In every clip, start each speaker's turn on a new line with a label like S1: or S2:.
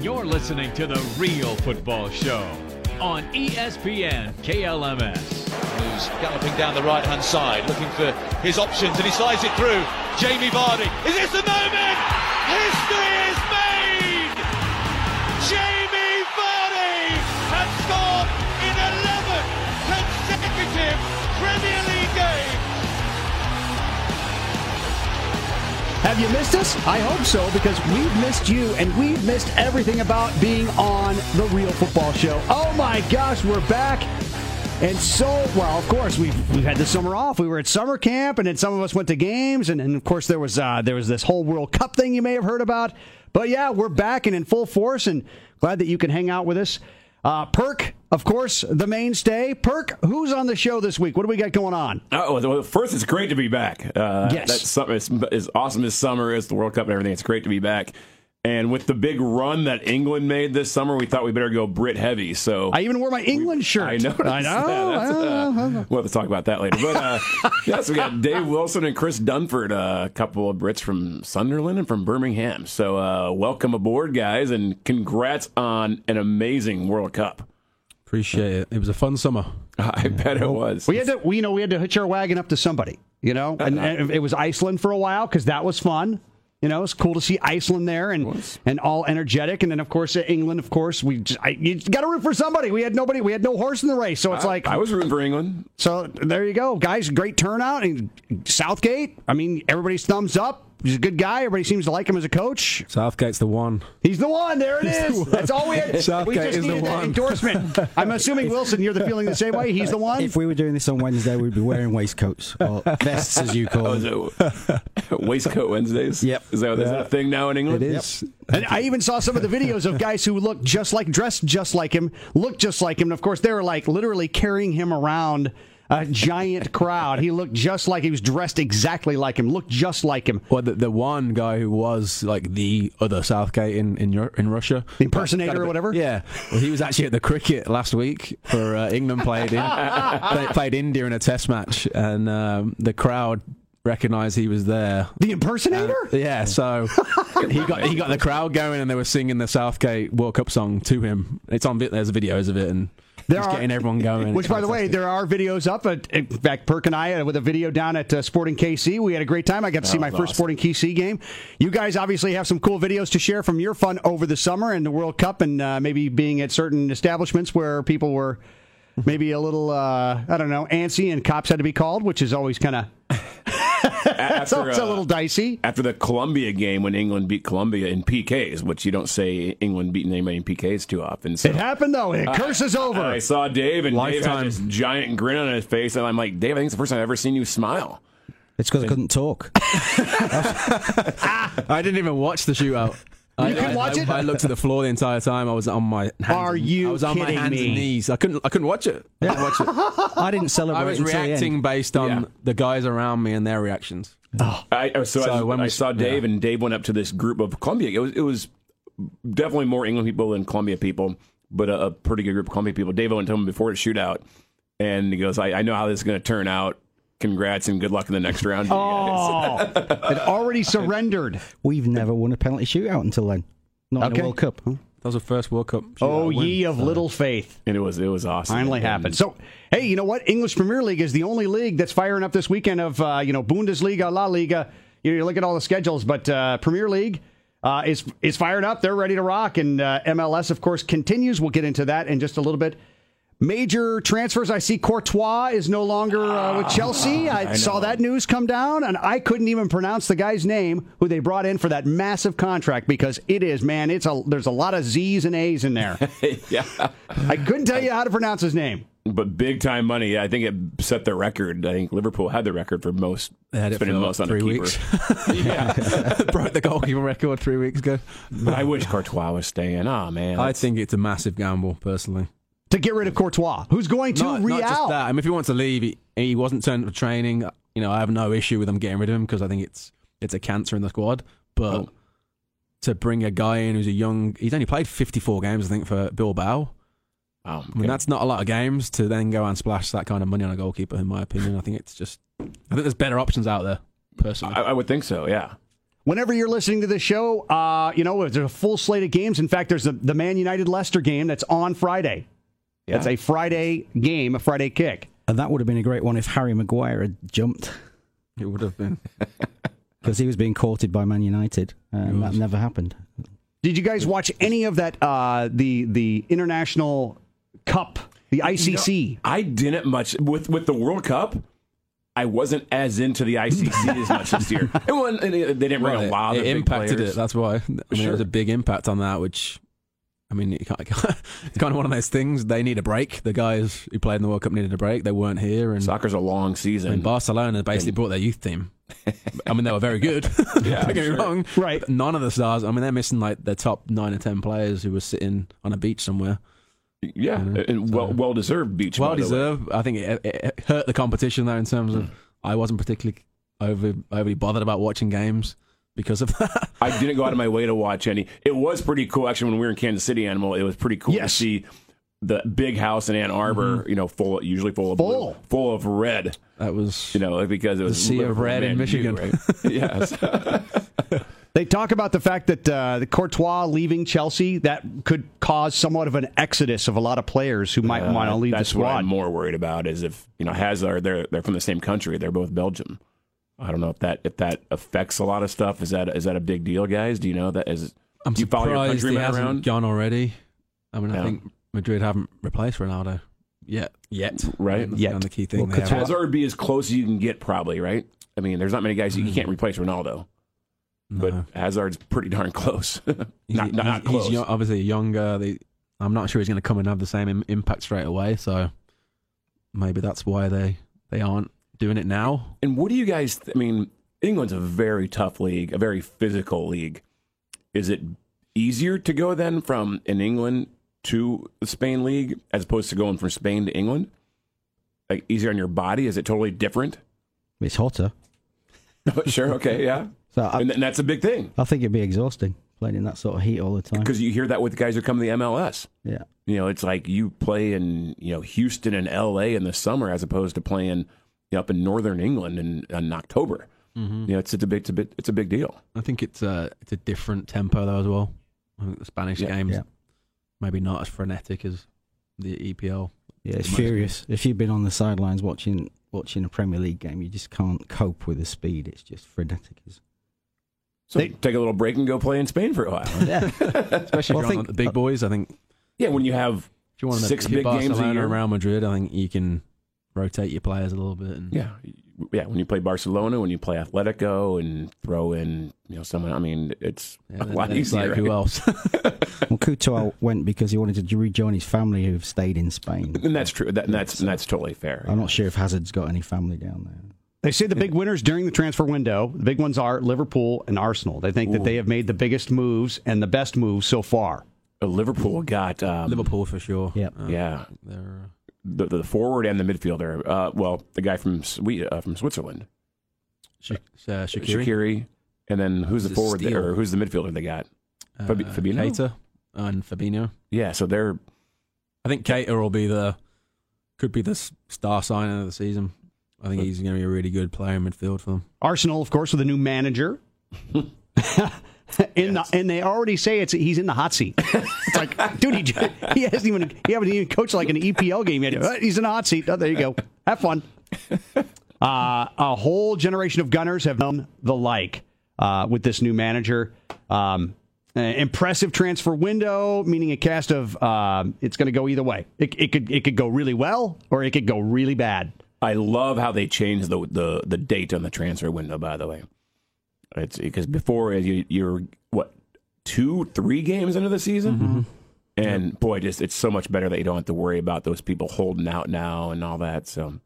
S1: You're listening to The Real Football Show on E ESPN KLMS.
S2: who's galloping down the right hand side, looking for his options, and he slides it through. Jamie Vardy. Is this the moment? History is made! Jamie Vardy has scored in 11 consecutive Premier League games.
S3: Have you missed us? I hope so, because we've missed you and we've missed everything about being on The Real Football Show. Oh my gosh, we're back. And so, well, of course, we've we've had the summer off. We were at summer camp, and then some of us went to games, and, and of course there was uh, there was this whole World Cup thing you may have heard about. But yeah, we're back and in full force, and glad that you can hang out with us. Uh, Perk, of course, the mainstay. Perk, who's on the show this week? What do we got going on?
S4: Oh, well, first, it's great to be back. Uh,
S3: Yes.
S4: That's summer, as, as awesome as summer is, the World Cup and everything, it's great to be back. And with the big run that England made this summer, we thought we better go Brit heavy. So
S3: I even wore my England shirt.
S4: I noticed.
S3: I know. Uh-huh.
S4: that. That's,
S3: I know.
S4: uh, we'll have to talk about that later. But uh, yes, we got Dave Wilson and Chris Dunford, uh, a couple of Brits from Sunderland and from Birmingham. So uh, welcome aboard, guys, and congrats on an amazing World Cup.
S5: Appreciate it. It was a fun summer.
S4: I bet it was.
S3: Mm-hmm. We had to, we, you know, we had to hitch our wagon up to somebody, you know, and, and it was Iceland for a while because that was fun. You know, it's cool to see Iceland there and and all energetic, and then of course uh, England. Of course, we just, I, you got to root for somebody. We had nobody. We had no horse in the race, so it's like
S4: I was rooting for England.
S3: so. There you go, guys. Great turnout and Southgate. I mean, everybody's thumbs up. He's a good guy. Everybody seems to like him as a coach.
S5: Southgate's the one.
S3: He's the one. There it is. That's all we had. we
S5: Southgate
S3: just
S5: is the
S3: needed that
S5: one.
S3: endorsement. I'm assuming Wilson, you're the feeling the same way. He's the one.
S6: If we were doing this on Wednesday, we'd be wearing waistcoats or vests, as you call
S4: Oh, is
S6: them.
S4: it Waistcoat Wednesdays?
S6: Yep.
S4: Is that, is that a thing now in England?
S5: It is.
S3: And I even saw some of the videos of guys who looked just like, dressed just like him, looked just like him. And of course, they were like literally carrying him around a giant crowd. He looked just like he was dressed exactly like him, looked just like him.
S5: Well, the, the one guy who was like the other Southgate in in, Ru- in Russia,
S3: The impersonator or whatever?
S5: Yeah, well, he was actually at the cricket last week for uh, England played in, play, played India in a Test match, and um, the crowd recognised he was there.
S3: The impersonator?
S5: Yeah, so he got he got the crowd going, and they were singing the Southgate World Cup song to him. It's on. vi- There's videos of it, and
S3: There
S5: he's
S3: are-
S5: getting everyone going.
S3: Which,
S5: It's
S3: by the way,
S5: fantastic.
S3: there are videos up. At, in fact, Perk and I, uh, with a video down at uh, Sporting KC, we had a great time. I got to see my first Sporting KC game. You guys obviously have some cool videos to share from your fun over the summer and the World Cup, and uh, maybe being at certain establishments where people were maybe a little, uh, I don't know, antsy, and cops had to be called, which is always kind of it's,
S4: After,
S3: always a
S4: uh,
S3: little dicey.
S4: After the Colombia game when England beat Colombia in PKs, which you don't say England beating anybody in PKs too often. So.
S3: It happened though. and The curse is over.
S4: I saw Dave, and Dave
S5: Lifetime.
S4: had this giant grin on his face, and I'm like, Dave, I think it's the first time I've ever seen you smile.
S6: It's because I couldn't talk.
S5: I didn't even watch the shootout. I,
S3: couldn't
S5: I-
S3: watch
S5: I-
S3: it?
S5: I looked at the floor the entire time. I was on my. Hands
S3: Are
S5: and-
S3: you
S5: I was on my
S3: kidding
S5: hands
S3: me?
S5: and knees. I couldn't. I couldn't watch it. I couldn't watch it.
S6: I didn't celebrate
S5: I was
S6: until the end.
S5: reacting based on
S4: Yeah.
S5: the guys around me and their reactions.
S4: I, I- so, I,
S5: So when
S4: I
S5: we-
S4: saw Dave, and Dave went up to this group of Colombia. It was, it was definitely more England people than Colombia people, but a, a pretty good group of Colombia people. Dave went to him before the shootout, and he goes, I, I know how this is going to turn out. Congrats and good luck in the next round. to you guys."
S3: Oh, it already surrendered.
S6: We've never won a penalty shootout until then. Not in
S3: Okay.
S6: the World Cup.
S5: That was the first World Cup. shootout
S3: Oh,
S5: win.
S3: ye of little faith.
S4: And it was it was awesome.
S3: Finally
S4: And-
S3: happened. So, hey, you know what? English Premier League is the only league that's firing up this weekend of, uh, you know, Bundesliga, La Liga. You, know, you look at all the schedules, but uh, Premier League uh, is, is fired up. They're ready to rock. And uh, MLS, of course, continues. We'll get into that in just a little bit. Major transfers. I see Courtois is no longer uh, with Chelsea. I, saw that news come down, and I couldn't even pronounce the guy's name who they brought in for that massive contract because it is, man, it's a there's a lot of Z's and A's in there.
S4: yeah,
S3: I couldn't tell you how to pronounce his name.
S4: but big time money. I think it set the record. I think Liverpool had the record for most
S5: They had it
S4: spending
S5: for
S4: the most on
S5: three
S4: a keeper.
S5: weeks.
S4: yeah,
S5: broke the goalkeeper record three weeks ago.
S4: but I wish Courtois was staying. Oh man,
S5: I think it's a massive gamble, personally.
S3: to get rid of Courtois, who's going to
S5: not,
S3: Real.
S5: not just that. I mean, if he wants to leave, he, he wasn't turned for training. You know, I have no issue with him getting rid of him because I think it's it's a cancer in the squad. But
S4: Oh.
S5: to bring a guy in who's a young, he's only played 54 games, I think, for Bilbao.
S4: Wow,
S5: I mean, that's not a lot of games to then go and splash that kind of money on a goalkeeper. In my opinion, I think it's just, I think there's better options out there. Personally,
S4: I, I would think so. Yeah,
S3: Whenever you're listening to this show, uh, you know, there's a full slate of games. In fact, there's the, the Man United Leicester game that's on Friday. That's a Friday game, a Friday kick.
S6: And that would have been a great one if Harry Maguire had jumped
S5: It would have been.
S6: because he was being courted by Man United, and that never happened.
S3: Did you guys watch any of that? Uh, the the international cup, the ICC.
S4: I didn't much with with the World Cup. I wasn't as into the ICC as much this year. It wasn't, and it- they didn't bring a lot of
S5: it
S4: big
S5: impacted
S4: players.
S5: it. That's why. I mean, it was a big impact on that. Which, I mean, you can't, it's kind of one of those things. They need a break. The guys who played in the World Cup needed a break. They weren't here, and
S4: Soccer's a long
S5: I mean,
S4: season.
S5: Barcelona basically brought their youth team. I mean, they were very good. Don't get me wrong.
S3: Right.
S5: But none of the stars. I mean, they're missing like their top nine or ten players who were sitting on a beach somewhere.
S4: yeah, and well well deserved beach.
S5: well
S4: by the way. Hmm.
S5: deserved. I think it, it it hurt the competition though in terms of I wasn't particularly over overly bothered about watching games because of that.
S4: I didn't go out of my way to watch any. It was pretty cool actually when we were in Kansas City Animal. It was pretty cool
S3: Yes.
S4: to see the big house in Ann Arbor.
S5: Mm-hmm.
S4: You know, full usually full of
S3: Full.
S4: blue, full of red.
S5: That was
S4: You know, because it was
S5: sea of
S4: Liverpool,
S5: red in
S4: Man U,
S5: Michigan.
S4: right? yes.
S3: They talk about the fact that uh, the Courtois leaving Chelsea that could cause somewhat of an exodus of a lot of players who
S5: Uh,
S3: might want to leave the
S4: Uh, That's what
S3: squad.
S4: I'm more worried about is if you know Hazard. They're they're from the same country. They're both Belgium. I don't know if that if that affects a lot of stuff. Is that is that a big deal, guys? Do you know that is?
S5: I'm
S4: do you follow your
S5: surprised he
S4: countrymen
S5: hasn't
S4: around?
S5: gone already. I mean,
S4: Yeah.
S5: I think Madrid haven't replaced Ronaldo yet. Yet,
S4: Right.
S5: That's
S4: Yet.
S5: kind of the key thing.
S6: Well,
S5: they
S6: Couture-
S5: haven't.
S4: Hazard would be as close as you can get, probably. Right. I mean, there's not many guys you, you
S5: Hmm.
S4: can't replace Ronaldo, but
S5: No.
S4: Hazard's pretty darn close. not, not,
S5: He's-
S4: not
S5: he's- he's
S4: close.
S5: yo- obviously younger. They, I'm not sure he's going to come and have the same im- impact straight away. So maybe that's why they they aren't doing it now.
S4: And what do you guys? I mean, England's a very tough league, a very physical league. Is it easier to go then from an England to the Spain league as opposed to going from Spain to England? Like easier on your body? Is it totally different? Oh,
S6: It's hotter,
S4: sure. Okay. Yeah.
S6: so I,
S4: And, and that's a big thing
S6: I think it'd be exhausting playing in that sort of heat all the time.
S4: because you hear that with the guys who come to the MLS.
S6: Yeah,
S4: You know, it's like you play in you know Houston and L.A. in the summer as opposed to playing you know, up in northern England in, in October. You know, it's, it's a big, it's a bit, it's a big deal.
S5: I think it's a it's a different tempo though as well. I think the Spanish
S4: Yeah.
S5: games
S6: Yeah.
S5: maybe not as frenetic as the E EPL.
S6: yeah, it's
S5: Must be.
S6: furious. If you've been on the sidelines watching watching a Premier League game, you just can't cope with the speed. It's just frenetic. It's-
S4: So
S3: They-
S4: take a little break and go play in Spain for a while.
S6: Yeah,
S5: Especially
S6: Well, I
S5: if you're on
S6: think- uh,
S5: the big boys. I think
S4: Yeah, when you have
S5: if you want to
S4: Six
S5: if you're
S4: big games a
S5: Barcelona
S4: year.
S5: and Real Madrid, I think you can rotate your players a little bit. And
S4: yeah, yeah, when you play Barcelona, when you play Atletico, and throw in you know someone. I mean, it's
S5: Yeah,
S4: a
S5: then-
S4: lot
S5: then it's
S4: easier.
S5: like, who
S4: right?
S5: else?
S6: well, Couture went because he wanted to rejoin his family who've stayed in Spain.
S4: And that's true. That, and that's and that's totally fair.
S6: I'm not sure if Hazard's got any family down there.
S3: They say the big winners during the transfer window, the big ones are Liverpool and Arsenal. They think that they have made the biggest moves and the best moves so far.
S4: Uh, Liverpool got um,
S5: Liverpool for sure.
S6: Yeah.
S5: Uh,
S4: Yeah,
S5: they're, uh,
S4: the, the forward and the midfielder. Uh, well, the guy from Swe- uh, from Switzerland,
S5: Sh- uh, Shaqiri.
S4: Shakiri, and then who's the
S5: Is it
S4: forward
S5: Steele?
S4: there, or who's the midfielder they got?
S5: uh,
S4: Fabi- Fabinho?
S5: Keita and Fabinho.
S4: Yeah, so they're
S5: I think Keita will be the could be the s- star signing of the season. I think he's going to be a really good player in midfield for them.
S3: Arsenal, of course, with a new manager. in the, and they already say it's he's in the hot seat. It's like, dude, he, j- he hasn't even he haven't even coached like an EPL game yet. Uh, He's in the hot seat. Oh, there you go. Have fun. Uh, a whole generation of Gunners have done the like uh, with this new manager. Um, uh, impressive transfer window, meaning a cast of um, it's going to go either way. It, it could it could go really well or it could go really bad.
S4: I love how they changed the the, the date on the transfer window. By the way, it's because before you you're what two three games into the season, and boy, just it's so much better that you don't have to worry about those people holding out now and all that. So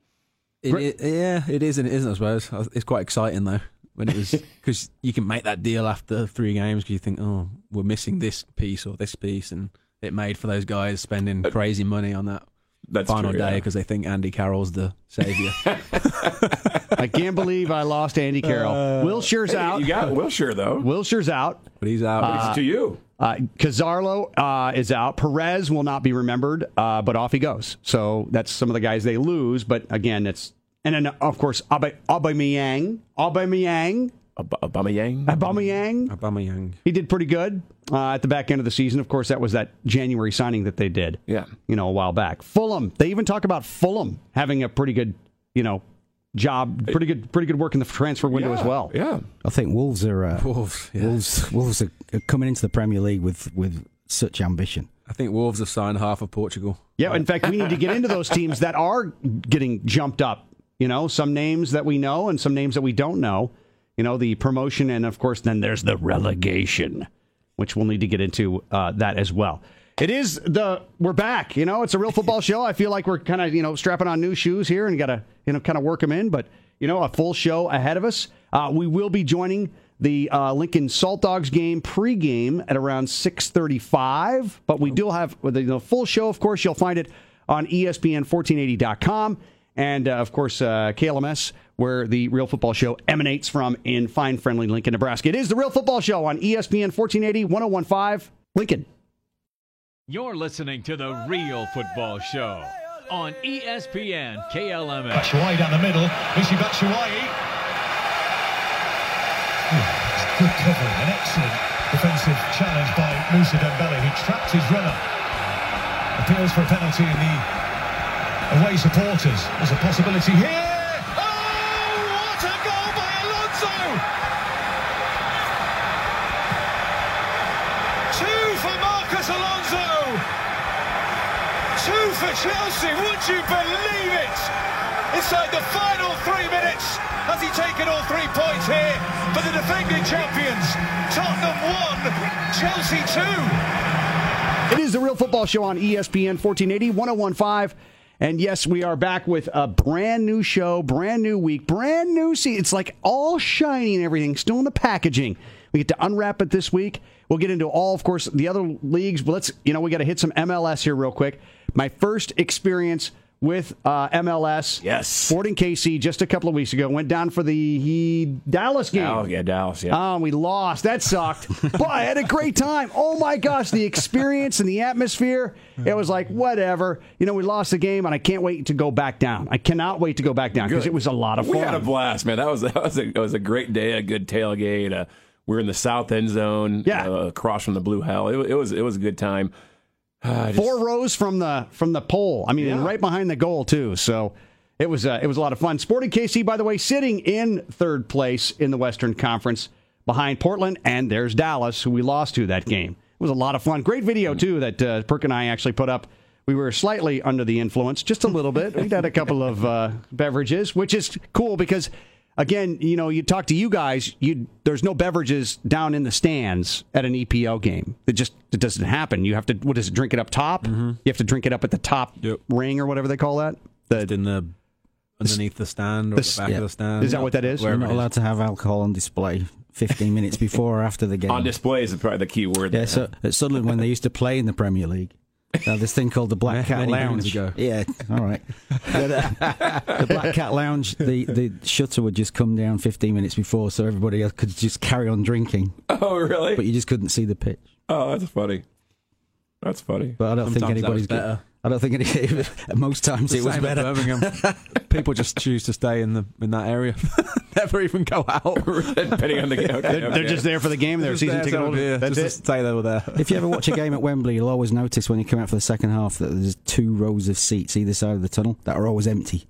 S5: It, it- yeah, it is and it isn't. I suppose it's quite exciting though when it was because you can make that deal after three games because you think, oh, we're missing this piece or this piece, and it made for those guys spending crazy money on that
S4: that's
S5: final
S4: true,
S5: day
S4: yeah.
S5: because they think Andy Carroll's the savior.
S3: I can't believe I lost Andy Carroll. Wilshire's out.
S4: You got Wilshire though.
S3: Wilshire's out.
S5: but he's out.
S4: It's to you.
S3: Uh, Cazarlo uh, is out. Perez will not be remembered, uh, but off he goes. So that's some of the guys they lose. But again, it's and then of course Aubameyang. Aubameyang
S4: Obama Yang.
S3: Aubameyang,
S5: Aubameyang.
S3: he did pretty good uh, at the back end of the season. Of course, that was that January signing that they did.
S4: Yeah.
S3: you know, a while back. Fulham. They even talk about Fulham having a pretty good, you know, job, pretty good, pretty good work in the transfer window as well.
S4: Yeah.
S6: I think Wolves are uh,
S5: Wolves, yeah.
S6: Wolves Wolves are, are coming into the Premier League with with such ambition.
S5: I think Wolves have signed half of Portugal.
S3: Yeah, in fact, we need to get into those teams that are getting jumped up. You know, some names that we know and some names that we don't know. You know, the promotion, and of course, then there's the relegation, which we'll need to get into uh, that as well. It is the we're back. You know, it's a real football show. I feel like we're kind of you know strapping on new shoes here and got to you know kind of work them in. But you know, a full show ahead of us. Uh, we will be joining the uh, Lincoln Salt Dogs game pregame at around 6:35. But we do have the, the full show. Of course, you'll find it on E ESPN1480.com and uh, of course uh, KLMS, where the Real Football Show emanates from in fine, friendly Lincoln, Nebraska. It is the Real Football Show on E ESPN 1480 1015 Lincoln.
S1: You're listening to The Real Football Show on E ESPN KLMS.
S7: Batshuayi down the middle. Michy Batshuayi. It's good cover. An excellent defensive challenge by Moussa Dembele, who trapped his runner. Appeals for a penalty in the away supporters. There's a possibility here. Oh, what a goal by Alonso! Two for Marcus Alonso. Two for Chelsea. Would you believe it? Inside the final three minutes, has he taken all three points here for the defending champions? Tottenham one, Chelsea two.
S3: It is the Real Football Show on E ESPN 1480 1015. And yes, we are back with a brand new show, brand new week, brand new season. It's like all shiny and everything, still in the packaging. We get to unwrap it this week. We'll get into all, of course, the other leagues. But let's, you know, we got to hit some MLS here real quick. My first experience with uh, MLS.
S4: Yes.
S3: Sporting KC just a couple of weeks ago went down for the he, Dallas game.
S4: Oh yeah, Dallas. Yeah.
S3: Oh, we lost. That sucked. but I had a great time. Oh my gosh, the experience and the atmosphere. It was like whatever. You know, we lost the game, and I can't wait to go back down. I cannot wait to go back down because it was a lot of fun.
S4: We had a blast, man. That was that was a, that was a great day, a good tailgate. Uh, we were in the south end zone,
S3: Yeah.
S4: uh, across from the blue hell. It, wa- it was it was a good time. Ah,
S3: Four rows from the from the pole. I mean, and right behind the goal too. So. It was, uh, it was a lot of fun. Sporting KC, by the way, sitting in third place in the Western Conference behind Portland, and there's Dallas, who we lost to that game. It was a lot of fun. Great video, too, that uh, Perk and I actually put up we were slightly under the influence, just a little bit. We'd had a couple of uh, beverages, which is cool because, again, you know, you talk to you guys, you there's no beverages down in the stands at an EPO game. It just it doesn't happen. You have to what is it? Drink it up top. You have to drink it up at the top
S5: Mm-hmm. Yep.
S3: ring or whatever they call that. The,
S5: In the underneath the stand or
S3: the
S5: the,
S3: s-
S5: back
S6: yeah.
S5: of the stand.
S3: Is that what that is?
S5: Wherever
S6: You're
S5: it
S6: not
S5: is.
S6: allowed to have alcohol on display 15 minutes before or after the game.
S4: On display is probably the key word.
S6: yeah, so at Sunderland when they used to play in the Premier League. Now this thing called the Black Cat
S5: Many moons
S6: Lounge.
S5: ago.
S6: Yeah, all right. But, uh, the Black Cat Lounge, the, the shutter would just come down 15 minutes before, so everybody else could just carry on drinking,
S4: Oh really?
S6: but you just couldn't see the pitch.
S4: oh, that's funny. That's funny.
S6: But I don't think
S5: Sometimes that was
S6: anybody's go-
S5: better.
S6: I don't think any, most times it was
S5: Same at
S6: better.
S5: Birmingham. People just choose to stay in the in that area, never even go out.
S4: Depending on the game. Okay,
S3: they're
S4: okay.
S3: just there for the game. They're
S5: Just
S3: season
S5: there,
S3: ticket
S5: so yeah,
S3: holder. That's it.
S5: just to stay there or there.
S6: If you ever watch a game at Wembley, you'll always notice when you come out for the second half that there's two rows of seats either side of the tunnel that are always empty.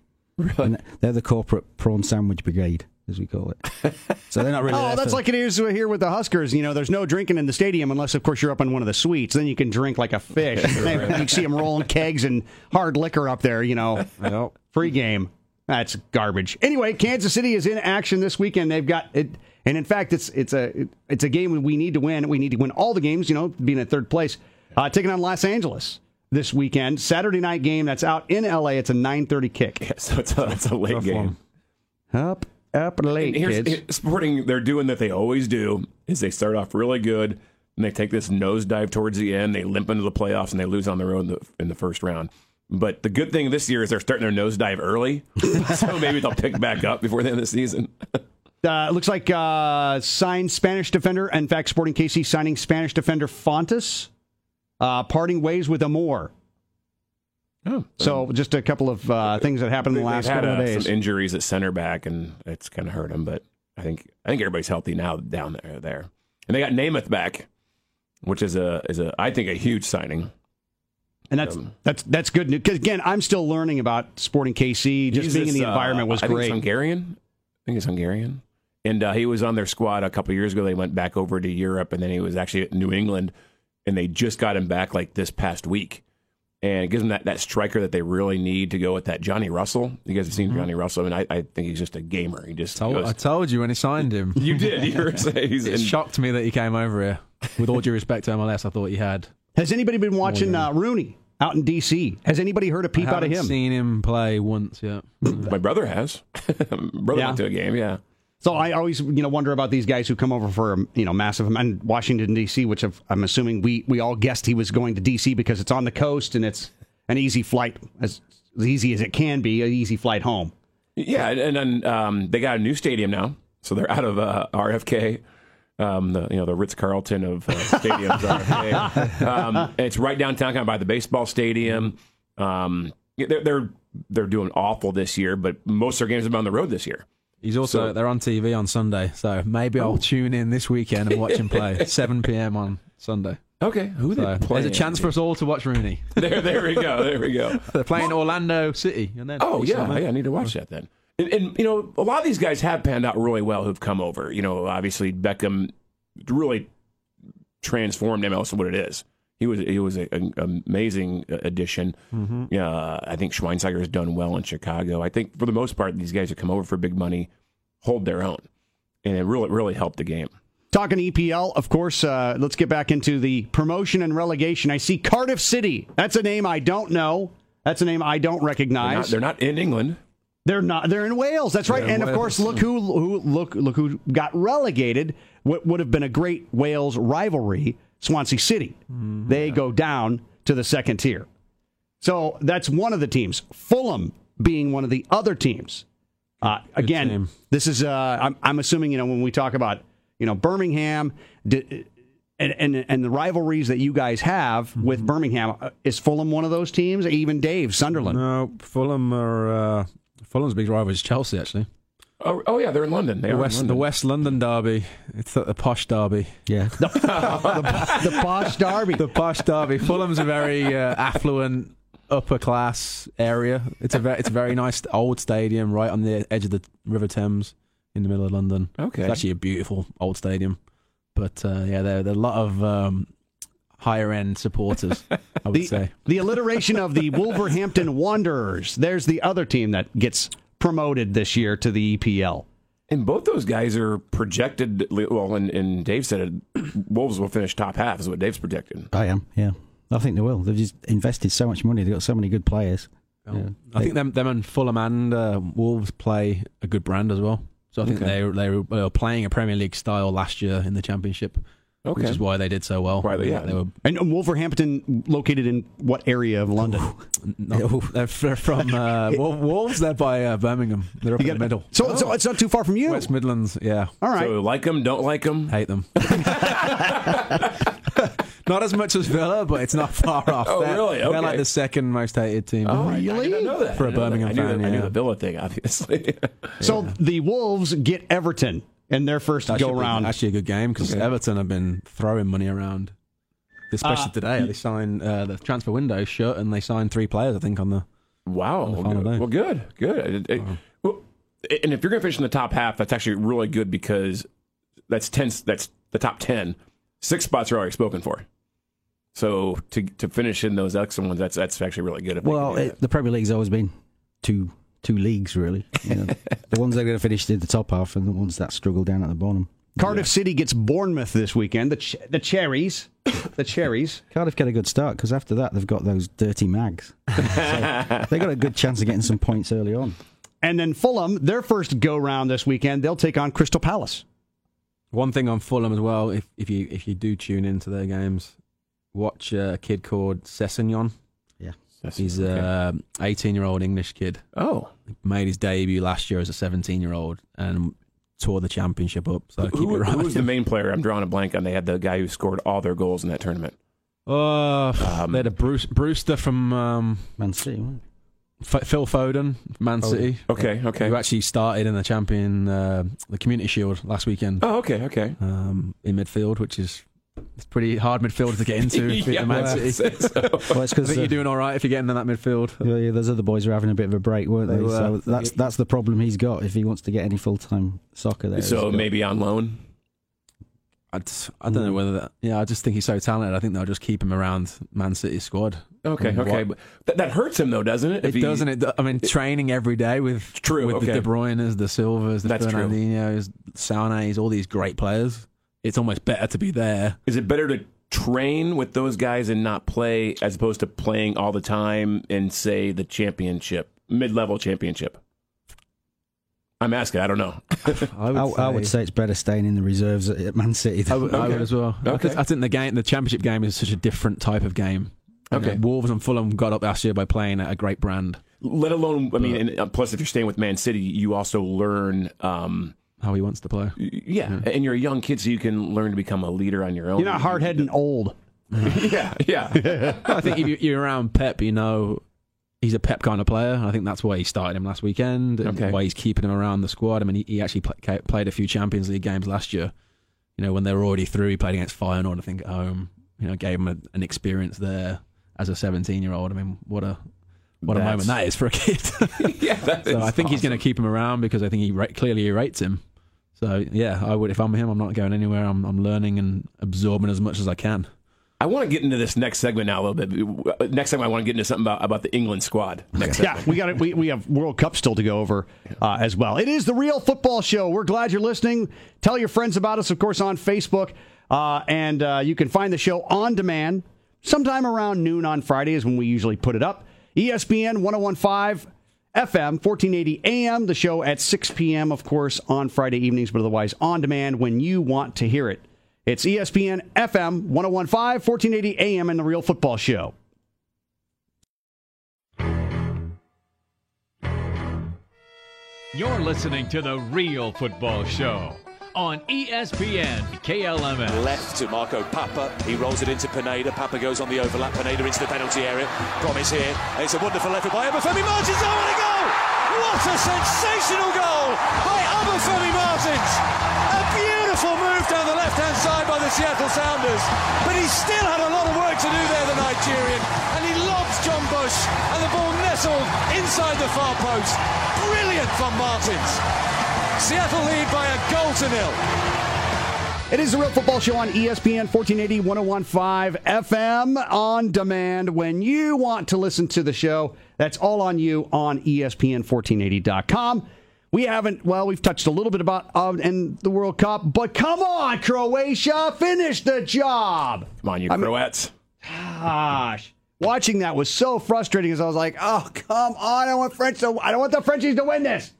S6: And they're the corporate prawn sandwich brigade, as we call it. So they're not really.
S3: Oh,
S6: there
S3: that's
S6: for-
S3: like it is here with the Huskers. You know, there's no drinking in the stadium unless, of course, you're up in one of the suites. Then you can drink like a fish. you can see them rolling kegs and hard liquor up there. You know,
S5: Yep.
S3: free game. That's garbage. Anyway, Kansas City is in action this weekend. They've got it, and in fact, it's it's a it's a game we need to win. We need to win all the games. You know, being in third place, uh, taking on Los Angeles this weekend, Saturday night game that's out in L.A. It's a 9:30 kick.
S4: so it's a, it's a late
S5: Tough
S4: game.
S5: one.
S3: Up up late,
S4: Here's,
S3: kids.
S4: here- sporting, they're doing that they always do is they start off really good and they take this nosedive towards the end. They limp into the playoffs and they lose on their own in the, in the first round. But the good thing this year is they're starting their nosedive early, so maybe they'll pick back up before the end of the season.
S3: Uh, it looks like uh, signed Spanish defender. In fact, Sporting KC signing Spanish defender Fontes, uh, parting ways with Amor.
S4: Oh,
S3: So just a couple of uh, things that happened in the last
S4: had
S3: couple of
S4: uh,
S3: days.
S4: some injuries at center back, and it's kind of hurt them. But I think I think everybody's healthy now down there. There, and they got Namath back, which is a is a I think a huge signing.
S3: And that's
S4: Um,
S3: that's that's good news. Because again, I'm still learning about Sporting KC. Just
S4: He's
S3: being
S4: this,
S3: in the
S4: uh,
S3: environment was
S4: I think
S3: great.
S4: he's Hungarian. I think he's Hungarian, and uh, he was on their squad a couple years ago. They went back over to Europe, and then he was actually at New England, and they just got him back like this past week. And it gives them that, that striker that they really need to go with that Johnny Russell. You guys have seen
S3: Mm-hmm.
S4: Johnny Russell, and I, I think he's just a gamer. He just
S5: Told-
S4: goes-
S5: I told you when he signed him.
S4: you did. You were saying he's
S5: It
S4: in-
S5: shocked me that he came over here. With all due respect to MLS, I thought he had.
S3: Has anybody
S4: Oh,
S3: been watching uh, Rooney out in DC? Has anybody heard a peep
S5: I
S3: out of
S5: haven't
S3: him?
S5: Seen him play once. Yeah.
S4: My brother has. brother
S3: Yeah.
S4: went to a game. Yeah.
S3: So I always, you know, wonder about these guys who come over for um, you know massive amount and Washington D.C., which I've, I'm assuming we we all guessed he was going to D.C. because it's on the coast and it's an easy flight, as, as easy as it can be, an easy flight home.
S4: Yeah, and, and then um, they got a new stadium now, so they're out of uh, RFK, um, the you know the Ritz Carlton of uh, stadiums. RFK. Um, and it's right downtown, kind of by the baseball stadium. Um, they're, they're they're doing awful this year, but most of their games have been on the road this year.
S5: He's also
S4: So-
S5: they're on TV on Sunday, so maybe I'll tune in this weekend and watch him play 7 p.m. on Sunday.
S4: Okay, who
S5: So there's a chance for us all to watch Rooney.
S4: there. There we go. There we go.
S5: They're playing Orlando City, and then
S4: Oh yeah, yeah, I need to watch that then. And, and you know, a lot of these guys have panned out really well who've come over. You know, obviously Beckham really transformed MLS to what it is. He was he was a- an amazing addition.
S5: Mm-hmm.
S4: Uh, I think Schweinsteiger has done well in Chicago. I think for the most part, these guys who come over for big money hold their own, and it really really helped the game.
S3: Talking EPL, of course. Uh, let's get back into the promotion and relegation. I see Cardiff City. That's a name I don't know. That's a name I don't
S4: They're
S3: recognize.
S4: not, they're not in England.
S3: They're not. They're in Wales. That's right.
S5: They're in
S3: And of course,
S5: Wales.
S3: look who who look look who got relegated. What would have been a great Wales rivalry, Swansea City.
S5: Mm-hmm.
S3: They go down to the second tier. So that's one of the teams. Fulham being one of the other teams. Uh, again,
S5: team.
S3: this is. Uh, I'm, I'm assuming you know when we talk about you know Birmingham. D- and, and and the rivalries that you guys have
S5: Mm-hmm.
S3: with Birmingham uh, is Fulham one of those teams? Even Dave Sunderland.
S5: No, Fulham are uh, Fulham's big rival is Chelsea actually.
S4: Oh, oh yeah, they're in London. They
S5: The
S4: are in
S5: West, the
S4: London.
S5: West London derby. It's the, the posh derby.
S6: Yeah.
S3: the Bosch Derby.
S5: The posh derby. Fulham's a very uh, affluent, upper class area. It's a very, it's a very nice old stadium right on the edge of the River Thames in the middle of London.
S4: Okay.
S5: It's actually a beautiful old stadium. But uh, yeah, there there are a lot of um, higher end supporters, I would say.
S3: the alliteration of the Wolverhampton Wanderers. There's the other team that gets promoted this year to the E EPL.
S4: And both those guys are projected. Well, and, and Dave said it, Wolves will finish top half is what Dave's projected.
S6: I am. Yeah. I think they will. They've just invested so much money. They've got so many good players. Yeah.
S5: Oh, I think them them and Fulham and uh, Wolves play a good brand as well. So I think
S4: Okay.
S5: they they were playing a Premier League style last year in the Championship,
S4: Okay.
S5: which is why they did so well.
S4: Why they- yeah.
S5: they were
S3: And um, Wolverhampton located in what area of London?
S5: No, they're f- from uh, Wol- Wolves. They're by uh, Birmingham. They're up in the middle.
S3: So, so it's not too far from you.
S5: Oh. West Midlands. Yeah,
S3: All right.
S4: So like them, don't like them.
S5: hate them. not as much as Villa, but it's not far off.
S4: Oh,
S5: they're,
S4: really?
S5: They're
S4: Okay.
S5: like the second most hated team.
S4: Oh, I, I didn't know that.
S5: For
S4: I didn't
S5: a
S4: know
S5: Birmingham
S4: that. I knew,
S5: fan,
S4: the, I knew
S5: yeah.
S4: the Villa thing, obviously.
S3: so the Wolves get Everton in their first
S5: That should
S3: go
S5: be
S3: round.
S5: Actually, a good game because Everton have been throwing money around, especially
S4: Ah.
S5: today. They signed uh, the transfer window shut, and they signed three players. I think on the
S4: wow.
S5: the
S4: Well,
S5: final day.
S4: good. Well, good. Good. It- it- well, and if you're going to finish in the top half, that's actually really good because that's ten. That's the top ten. Six spots are already spoken for. So to to finish in those excellent ones, that's that's actually really good. if they
S6: Well,
S4: can do
S6: it, the Premier League's always been two two leagues really. You know, the ones that are going to finish in the top half, and the ones that struggle down at the bottom.
S3: Cardiff City gets Bournemouth this weekend. The ch- the Cherries, the Cherries.
S6: Cardiff get a good start because after that they've got those dirty mags. so they got a good chance of getting some points early on.
S3: And then Fulham, their first go round this weekend, they'll take on Crystal Palace.
S5: one thing on Fulham as well. If if you if you do tune into their games, watch uh, a kid called Sessignon.
S4: that.
S5: He's
S4: Okay.
S5: a 18 year old English kid.
S4: oh,
S5: Made his debut last year as a 17 year old and tore the championship up. So Uh, keep
S4: who,
S5: it right.
S4: who was the main player? I'm drawing a blank on. They had the guy who scored all their goals in that tournament.
S5: Oh, Uh, they had a Bruce Brewster from um,
S6: Man City. weren't
S5: F- Phil Foden,
S4: Oh,
S5: Man City,
S4: Okay, okay.
S5: who actually started in the champion, uh, the Community Shield last weekend
S4: Oh, okay, okay.
S5: um, in midfield, which is it's pretty hard midfield to get into. if you're
S4: Yeah,
S5: Man
S4: I'd say
S5: City.
S4: so.
S6: Well, it's
S5: I
S6: because
S5: think you're doing all right if you're getting in that midfield.
S6: Yeah, yeah, those other boys were having a bit of a break, weren't they?
S5: They were.
S6: So that's that's the problem he's got if he wants to get any full time soccer there. He's
S4: so
S6: got-
S4: maybe on loan.
S5: I'd, I don't know whether that. Hmm. Yeah, I just think he's so talented. I think they'll just keep him around Man City squad.
S4: Okay,
S5: Mm,
S4: okay.
S5: what-
S4: But that, that hurts him though, doesn't it?
S5: It doesn't. It, I mean, training every day with
S4: True,
S5: with
S4: okay.
S5: the De Bruyne's, the Silvers, the
S4: That's true.
S5: Fernandinho's, Saune's, all these great players. It's almost better to be there.
S4: Is it better to train with those guys and not play as opposed to playing all the time in say the championship, mid level championship? I'm asking. I don't know.
S5: I
S6: I, I would say it's better staying in the reserves at, at Man City.
S5: I
S6: Than,
S5: would, I
S4: Okay.
S5: would as well. I,
S4: Okay.
S5: just- I think the game, the championship game, is such a different type of game. And,
S4: Okay.
S5: uh, Wolves and Fulham got up last year by playing at a great brand.
S4: Let alone, I mean, and uh, plus if you're staying with Man City, you also learn. Um,
S5: How he wants to play.
S4: y- yeah,
S5: Mm-hmm.
S4: and you're a young kid, so you can learn to become a leader on your own.
S3: You're not hard headed and old.
S4: Yeah, yeah.
S5: I think if you- you're around Pep, you know he's a Pep kind of player. I think that's why he started him last weekend. And
S4: Okay.
S5: Why he's keeping him around the squad. I mean, he, he actually pla ca- played a few Champions League games last year. You know, when they were already through, he played against Feyenoord, I think, at home. You know, gave him a, an experience there as a 17 year old. I mean, what a what a
S4: That's-
S5: moment that is for a kid. so
S4: yeah that is
S5: I think he's going to keep him around because I think he ra- clearly he rates him. So yeah, I would if I'm him, I'm not going anywhere. I'm I'm learning and absorbing as much as I can.
S4: I want to get into this next segment now a little bit. Next time, I want to get into something about, about the England squad. Next
S3: Yeah, we got it. We, we have World Cup still to go over uh, as well. It is the Real Football Show. We're glad you're listening. Tell your friends about us, of course, on Facebook. Uh, and uh, you can find the show on demand sometime around noon on Friday, is when we usually put it up. E ESPN 1015 FM, 1480 AM. The show at 6 p.m., of course, on Friday evenings, but otherwise on demand when you want to hear it. It's E ESPN FM 1015, 1480 AM, and The Real Football Show.
S1: You're listening to The Real Football Show on E ESPN KLMS.
S8: Left to Marco Papa. He rolls it into Pineda. Papa goes on the overlap. Pineda into the penalty area. Promise here. It's a wonderful effort by Abafemi Martins. Oh, what a goal! What a sensational goal by Abafemi Martins. A beautiful move down the left-hand side by the Seattle Sounders. But he still had a lot of work to do there, the Nigerian. And he lobs John Bush. And the ball nestled inside the far post. Brilliant from Martins. Seattle lead by a goal to nil.
S3: It is the Real Football Show on E ESPN 1480 1015 FM on demand. When you want to listen to the show, that's all on you on E ESPN1480.com. We haven't, well, we've touched a little bit about uh, and the World Cup, but come on, Croatia, finish the job.
S4: Come on, you Croats.
S3: Gosh. Watching that was so frustrating as I was like, oh, come on, I don't want French to, I don't want the Frenchies to win this.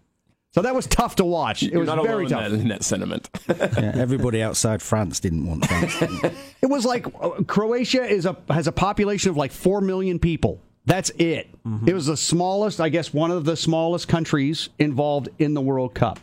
S3: So that was tough to watch. It
S4: You're
S3: was
S4: not
S3: very
S4: alone
S3: tough.
S4: in that, in that sentiment.
S6: yeah, everybody outside France didn't want France.
S3: It was like uh, Croatia is a has a population of like four million people. That's it.
S4: Mm-hmm.
S3: It was the smallest, I guess, one of the smallest countries involved in the World Cup.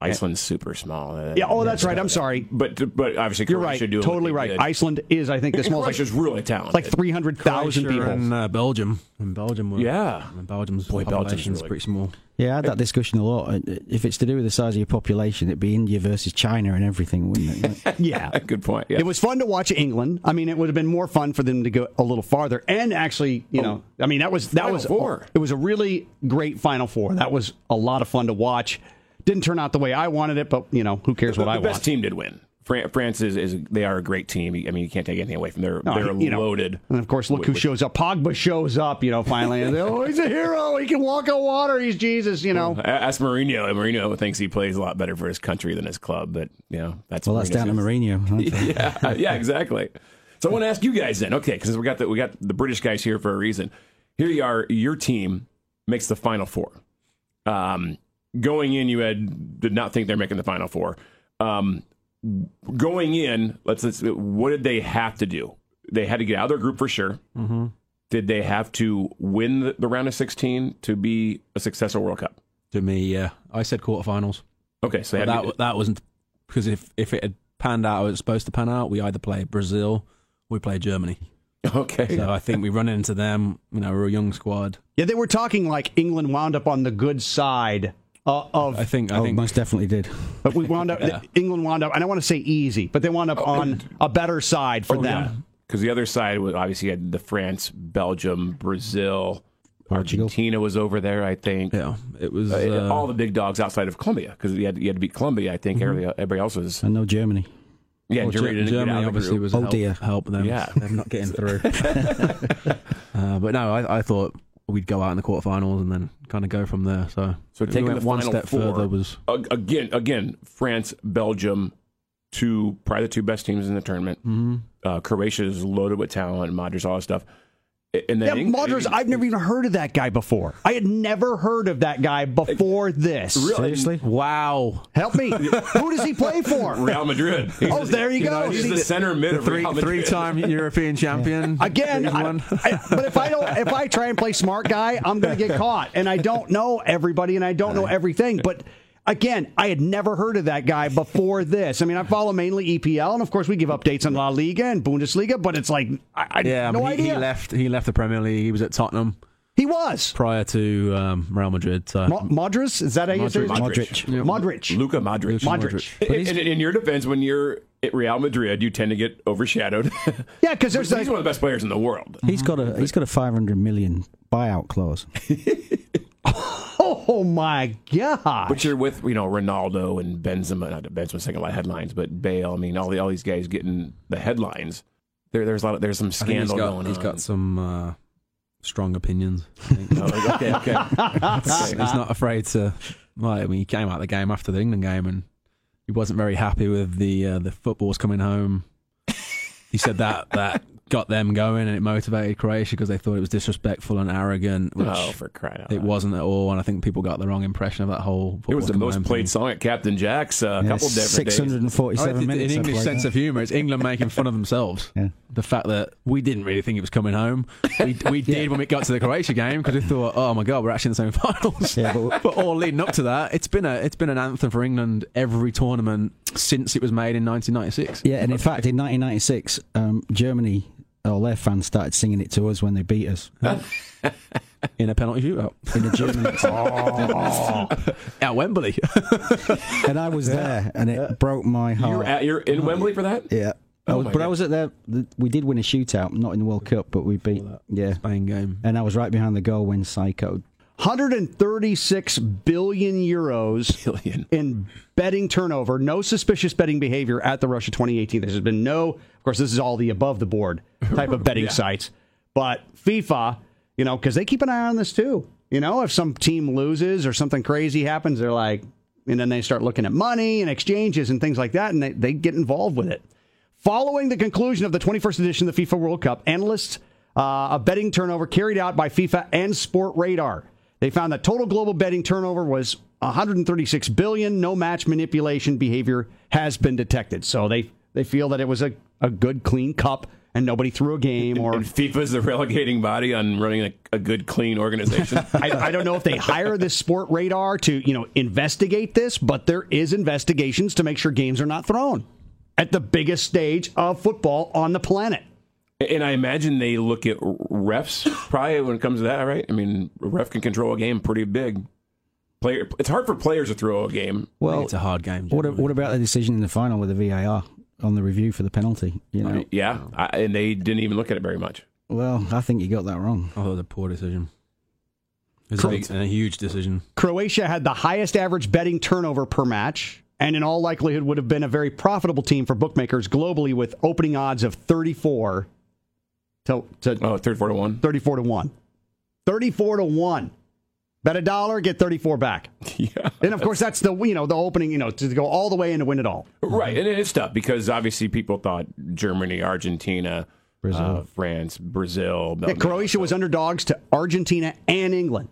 S4: Iceland's super small. uh,
S3: Yeah. Oh, that's right. I'm sorry.
S4: But but obviously
S3: You're
S4: Croatia
S3: right.
S4: do
S3: Totally right.
S4: I
S3: Iceland is, I think, the smallest.
S4: Croatia's
S3: Like,
S4: really
S3: it's
S4: talented.
S3: like three hundred thousand
S5: Croatia
S3: people.
S5: and uh, Belgium and Belgium were
S4: Yeah.
S5: and Belgium's
S4: Boy, Belgium's
S5: population's
S4: really-
S5: pretty small.
S6: yeah, I had that discussion a lot. If it's to do with the size of your population, it'd be India versus China and everything, wouldn't it? Like,
S3: yeah.
S4: Good point. Yeah.
S3: It was fun to watch England. I mean, it would have been more fun for them to go a little farther. And actually, you know, I mean, that was that
S4: Oh. Final
S3: was
S4: Four.
S3: It was a really great Final Four. That was a lot of fun to watch. Didn't turn out the way I wanted it, but you know, who cares
S4: the
S3: what I
S4: best
S3: want?
S4: team did win. Fran- France is, is they are a great team. I mean, you can't take anything away from them.
S3: No,
S4: They're,
S3: you know,
S4: loaded.
S3: and of course, look who shows up. Pogba shows up. You know, finally, And they're, oh, he's a hero. He can walk on water. He's Jesus. You know,
S4: A- Ask Mourinho. and Mourinho thinks he plays a lot better for his country than his club, but you know that's
S6: well, that's down to
S4: Mourinho's-
S6: Mourinho. aren't they?
S4: yeah, Uh, yeah, exactly. So I want to ask you guys then, okay, because we got the we got the British guys here for a reason. Here you are. Your team makes the final four. Um, going in, you had did not think they're making the final four. Um, going in, let's, let's what did they have to do? They had to get out of their group for sure.
S5: Mm-hmm.
S4: Did they have to win the, the round of sixteen to be a successful World Cup?
S5: To me, yeah, I said quarterfinals.
S4: Okay, so they
S5: But
S4: had
S5: that
S4: to,
S5: that wasn't because if if it had panned out, how it was supposed to pan out. We either play Brazil, or we play Germany.
S4: Okay.
S5: So I think we run into them. You know, we're a young squad.
S3: Yeah, they were talking like England wound up on the good side uh, of,
S5: I think. I
S6: oh,
S5: think.
S6: most definitely did.
S3: but we wound up England wound up, and I want to say easy, but they wound up on a better side
S4: oh,
S3: for them.
S4: Because the other side was obviously had the France, Belgium, Brazil,
S6: Portugal.
S4: Argentina was over there. I think
S5: yeah, it was.
S4: Uh,
S5: Uh,
S4: all the big dogs outside of Colombia because you had, you had to beat Colombia. I
S3: Mm-hmm.
S4: think everybody, everybody else was.
S6: And no Germany.
S4: Yeah,
S5: well,
S4: Germany,
S5: Germany,
S4: didn't get out of the
S5: obviously
S4: group.
S5: was
S6: Oh,
S5: a help,
S6: dear.
S5: help them.
S4: Yeah.
S5: them not getting through. uh, but no, I, I thought we'd go out in the quarterfinals and then kind of go from there. So
S4: So
S5: we
S4: taking
S5: went
S4: the
S5: one
S4: final
S5: step
S4: four
S5: further was
S4: A- again, again, France, Belgium, two probably the two best teams in the tournament.
S3: Mm-hmm.
S4: Uh, Croatia is loaded with talent, Modric, all that stuff. A- And then
S3: Yeah,
S4: Eng-
S3: Modric,
S4: Eng-
S3: I've never even heard of that guy before. I had never heard of that guy before this.
S6: Seriously?
S5: wow.
S3: Help me. Who does he play for?
S4: Real Madrid. He's
S3: Oh,
S4: the-
S3: there you go.
S4: He's
S3: See,
S4: the
S3: the-
S4: center mid of
S5: Three
S4: Real Madrid.
S5: three time European champion
S3: Again,
S5: He's
S3: I-
S5: won.
S3: I- but if I don't, if I try and play smart guy, I'm going to get caught, and I don't know everybody, and I don't know everything. But again, I had never heard of that guy before this. I mean, I follow mainly EPL, and of course, we give updates on La Liga and Bundesliga. But it's like, I, I
S5: yeah, I
S3: no
S5: mean, he, he
S3: idea. He,
S5: left. He left the Premier League. He was at Tottenham
S3: was
S5: prior to um, Real Madrid. So
S3: Mo- Modric. Is that how you say his name?
S4: Modric.
S3: Modric.
S4: Luka Modric.
S3: Modric.
S4: In, in, in your defense, when you're at Real Madrid, you tend to get overshadowed.
S3: Yeah, because there's
S4: he's
S3: like,
S4: one of the best players in the world.
S6: He's got a he's got a 500 million buyout clause.
S3: oh my god.
S4: But you're with you know Ronaldo and Benzema, not Benzema second line headlines, but Bale. I mean, all the all these guys getting the headlines. There, there's a lot. Of, there's some
S5: I think he's
S4: scandal
S5: got,
S4: going
S5: he's
S4: on.
S5: got some uh, strong opinions. I think.
S4: Oh, okay, okay.
S5: he's not afraid to. Well, I mean, he came out of the game after the England game, and he wasn't very happy with the uh, the footballs coming home. He said that that got them going, and it motivated Croatia because they thought it was disrespectful and arrogant, which
S4: oh, for crying out
S5: it
S4: loud.
S5: wasn't at all. And I think people got the wrong impression of that whole.
S4: It was
S5: footballs
S4: the
S5: coming
S4: most
S5: home
S4: played
S5: thing.
S4: song at Captain Jack's a couple different days.
S6: 647
S5: Oh, it's-
S6: minutes.
S5: in English
S6: something like
S5: sense
S6: that.
S5: of humor, it's England making fun of themselves.
S6: Yeah.
S5: The fact that we didn't really think it was coming home. We, we did when we got to the Croatia game because we thought, oh my god, we're actually in the same finals.
S6: Yeah,
S5: but,
S6: but-
S5: all leading up to that, it's been a it's been an anthem for England every tournament since it was made in 1996.
S6: Yeah, and in fact, in 1996, um, Germany, all their fans started singing it to us when they beat us
S5: In a penalty shootout
S6: in a German
S5: at Wembley.
S6: and I was there, and it broke my heart.
S4: You're at you're in Wembley for that.
S6: yeah.
S5: Oh
S6: I was, but I was at there. We did win a shootout, not in the World Cup, but we beat. Yeah,
S5: Spain game.
S6: and I was right behind the goal when Psycho.
S3: 136 billion euros
S4: Billion.
S3: in betting turnover. No suspicious betting behavior at the Russia 2018. There's been no, of course, this is all the above the board type of betting sites, but FIFA, you know, because they keep an eye on this too. You know, if some team loses or something crazy happens, they're like, and then they start looking at money and exchanges and things like that, and they, they get involved with it. Following the conclusion of the 21st edition of the FIFA World Cup, analysts uh, a betting turnover carried out by FIFA and Sport Radar. They found that total global betting turnover was 136 billion. No match manipulation behavior has been detected. So they they feel that it was a, a good clean cup and nobody threw a game or
S4: And FIFA's the relegating body on running a, a good, clean organization.
S3: I, I don't know if they hire this sport radar to, you know, investigate this, but there is investigations to make sure games are not thrown at the biggest stage of football on the planet.
S4: And I imagine they look at refs probably when it comes to that, right? I mean, a ref can control a game pretty big. Player, it's hard for players to throw a game.
S6: Well,
S5: It's a hard game.
S6: what, a- what about the decision in the final with the VAR on the review for the penalty? You know,
S4: Yeah, I, and they didn't even look at it very much.
S6: well, I think you got that wrong.
S5: Oh, it was a poor decision. It was a, big- and a huge decision.
S3: Croatia had the highest average betting turnover per match and in all likelihood would have been a very profitable team for bookmakers globally with opening odds of 34 to, to
S4: Oh, third, four to one.
S3: 34 to 1. 34 to 1. Bet a dollar, get 34 back.
S4: Yeah,
S3: And of course that's the you know the opening, you know, to go all the way and to win it all.
S4: right. And it's tough because obviously people thought Germany, Argentina, Brazil. France, Brazil,
S3: Yeah,
S4: Belgium.
S3: Croatia was underdogs to Argentina and England.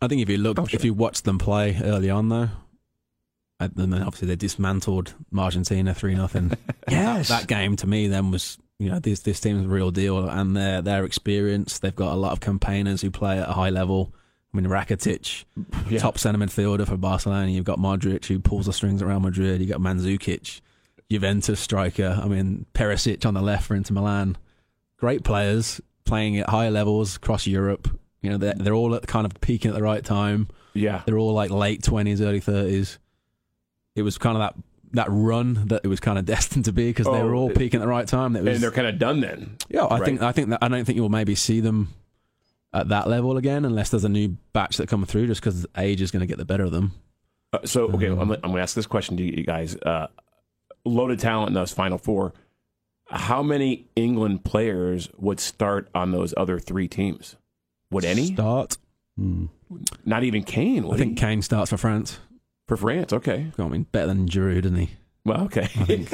S5: I think if you look, if you watched them play early on, though, and then obviously they dismantled Argentina three nothing.
S3: Yes.
S5: That game to me then was, you know, this this team's the real deal, and their their experience. They've got a lot of campaigners who play at a high level. I mean, Rakitic, top centre midfielder for Barcelona. You've got Modric who pulls the strings around Madrid. You've got Mandzukic, Juventus striker. I mean, Perisic on the left for Inter Milan. great players playing at higher levels across Europe. You know, they're, they're all at kind of peaking at the right time.
S4: Yeah.
S5: They're all like late twenties, early thirties. It was kind of that that run that it was kind of destined to be because they
S4: Oh,
S5: were all
S4: it-
S5: peaking at the right time. That was,
S4: And they're kind of done then.
S5: yeah, I
S4: Right.
S5: think I think that I don't think you'll maybe see them at that level again unless there's a new batch that come through. Just because age is going to get the better of them.
S4: Uh, so okay, I'm, I'm going to ask this question to you guys: uh, loaded talent in those final four. How many England players would start on those other three teams? Would any?
S5: start?
S6: Hmm.
S4: Not even Kane. Would
S5: I think
S4: he?
S5: Kane starts for France.
S4: for France. Okay.
S5: God, I mean, better than Giroud, isn't he?
S4: Well, okay.
S5: I think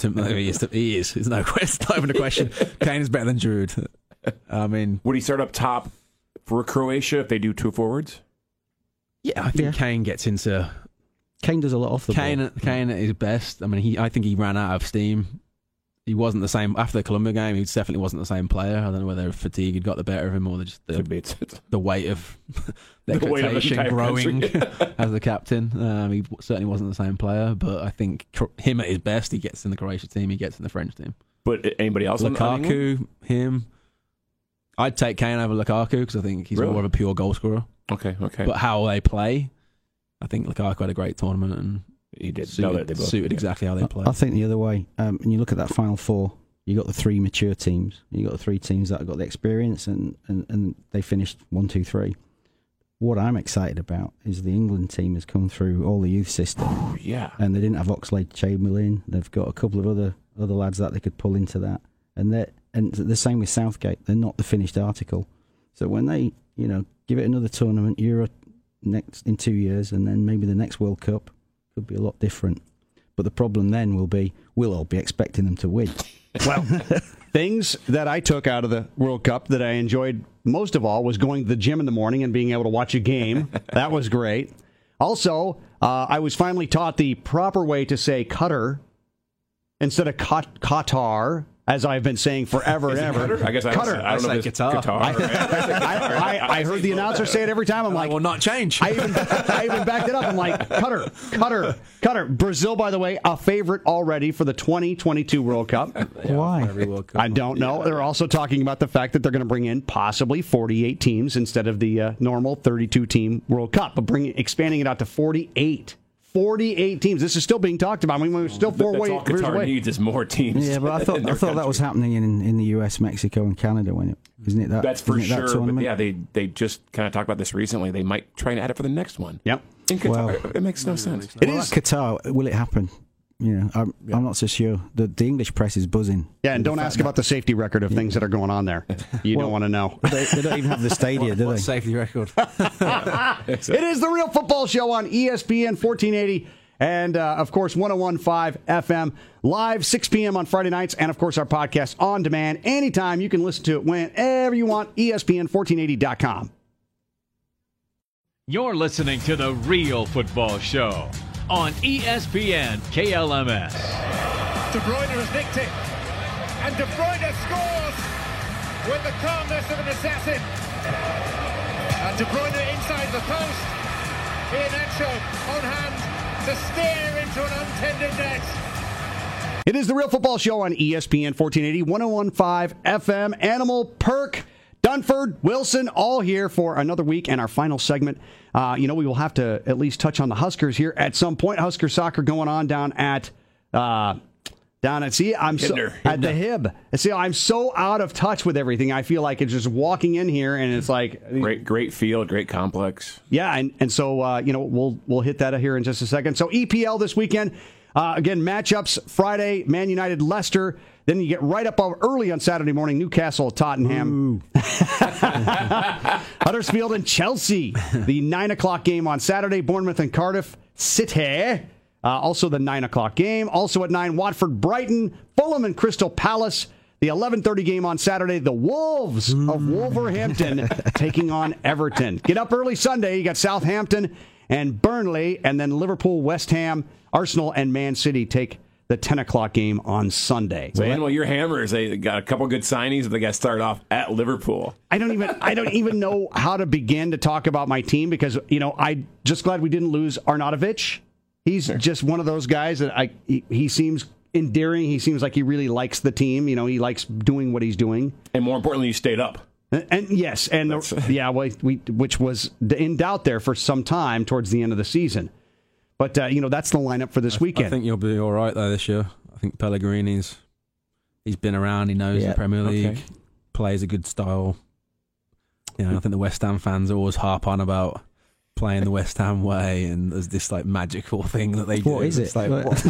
S5: to- he is. He is. It's no question. It's not even a question. Kane is better than Giroud. I mean,
S4: would he start up top for Croatia if they do two forwards?
S5: yeah, I think
S6: Yeah.
S5: Kane gets into
S6: Kane does a lot off the
S5: Kane.
S6: ball.
S5: Kane at his best. I mean, he. I think he ran out of steam. He wasn't the same after the Colombia game. He definitely wasn't the same player. I don't know whether fatigue had got the better of him or the- just the,
S4: Could be. It's- it's-
S5: the weight of the,
S4: The weight of the
S5: expectation
S4: entire
S5: growing as the captain. Um, he w- certainly wasn't the same player, but I think Cro- him at his best, he gets in the Croatia team. He gets in the French team.
S4: But anybody else? on- on England?
S5: Lukaku, him. I'd take Kane over Lukaku because I think he's
S4: Really?
S5: more of a pure goal scorer.
S4: Okay. Okay.
S5: But how they play, I think Lukaku had a great tournament and
S4: he did.
S5: suited,
S4: no, they- they both-
S5: suited
S4: yeah.
S5: exactly how they play.
S6: I think the other way, um, and you look at that final four, you got the three mature teams, you got the three teams that have got the experience, and, and, and they finished one, two, three. What I'm excited about is the England team has come through all the youth system,
S5: Oh,
S4: Yeah.
S6: and they didn't have Oxlade Chamberlain. They've got a couple of other other lads that they could pull into that, and they and the same with Southgate. They're not the finished article, so when they you know give it another tournament, Euro next in two years, and then maybe the next World Cup could be a lot different. But the problem then will be we'll all be expecting them to win.
S3: Things that I took out of the World Cup that I enjoyed most of all was going to the gym in the morning and being able to watch a game. that was great. Also, uh, I was finally taught the proper way to say cutter instead of cut- Qatar, as I've been saying forever and ever.
S4: I guess I,
S3: cutter.
S4: I don't know if it's
S5: guitar.
S4: guitar.
S3: I, I, I heard the announcer say it every time. I'm
S5: I
S3: like,
S5: will not change.
S3: I even I even backed it up. I'm like, cutter, cutter, cutter. Brazil, by the way, a favorite already for the 2022 World Cup.
S5: Every World Cup.
S3: I don't know. They're also talking about the fact that they're going to bring in possibly 48 teams instead of the uh, normal 32 team World Cup, but bring expanding it out to 48. 48 teams. This is still being talked about. I mean, we're still four
S4: That's
S3: way,
S4: all
S3: years
S4: Qatar
S3: away.
S4: needs is more teams.
S6: Yeah, but I thought
S4: in
S6: I
S4: their
S6: thought that was
S4: country.
S6: happening in, in the US, Mexico, and Canada when it isn't it that
S4: That's for
S6: isn't it that
S4: sure. But
S6: tournament?
S4: yeah, they they just kind of talked about this recently. They might try and add it for the next one.
S3: Yep.
S4: In Qatar,
S6: Well-
S4: it makes no sense.
S3: It
S6: Well,
S3: is.
S6: like Qatar, will it happen? You know, I'm, I'm not so sure. The, the English press is buzzing.
S3: Yeah, and don't ask about the safety record of things that are going on there. You don't want to know.
S6: They, they don't even have the stadia, do
S5: What
S6: they?
S5: safety record?
S3: It is the Real Football Show on E ESPN 1480 and, uh, of course, 1015 FM, live 6 p.m. on Friday nights, and, of course, our podcast on demand anytime. You can listen to it whenever you want, E ESPN1480.com.
S1: You're listening to The Real Football Show on E ESPN KLMS.
S9: De Bruyne has nicked it. And De Bruyne scores with the calmness of an assassin. And De Bruyne inside the post. Iheanacho on hand to steer into an untended net.
S3: It is the Real Football Show on E ESPN 1480, 1015 FM, Animal Perk. Dunford, Wilson, all here for another week and our final segment. Uh, you know, we will have to at least touch on the Huskers here at some point. Husker soccer going on down at uh, down at see, I'm so,
S4: Hibner.
S3: at the Hib. See, I'm so out of touch with everything. I feel like it's just walking in here and it's like
S4: Great, great field, great complex.
S3: yeah, and and so uh, you know we'll we'll hit that here in just a second. So EPL this weekend uh, again matchups Friday Man United Leicester. Then you get right up early on Saturday morning Newcastle Tottenham, Huddersfield and Chelsea. The nine o'clock game on Saturday Bournemouth and Cardiff City. Uh, also the nine o'clock game. Also at nine Watford Brighton Fulham and Crystal Palace. The 11:30 game on Saturday, the Wolves of Wolverhampton taking on Everton. Get up early Sunday. You got Southampton and Burnley, and then Liverpool, West Ham, Arsenal, and Man City take the 10 o'clock game on Sunday.
S4: Man, well, your hammers. They got a couple good signings, but they got started off at Liverpool.
S3: I don't even I don't even know how to begin to talk about my team because you know I just glad we didn't lose Arnautovic. He's just one of those guys that I he, he seems endearing. He seems like he really likes the team. You know, he likes doing what he's doing.
S4: And more importantly, you stayed up.
S3: And, and yes, and the, yeah, well, we which was in doubt there for some time towards the end of the season. But uh, you know, that's the lineup for this weekend.
S5: I think you'll be all right though this year. I think Pellegrini's he's been around. He knows
S6: Yeah,
S5: the Premier League.
S4: okay.
S5: Plays a good style. You know, I think the West Ham fans always harp on about playing the West Ham way, and there's this like magical thing that they do.
S6: What is
S5: It's
S6: it?
S5: like,
S6: What-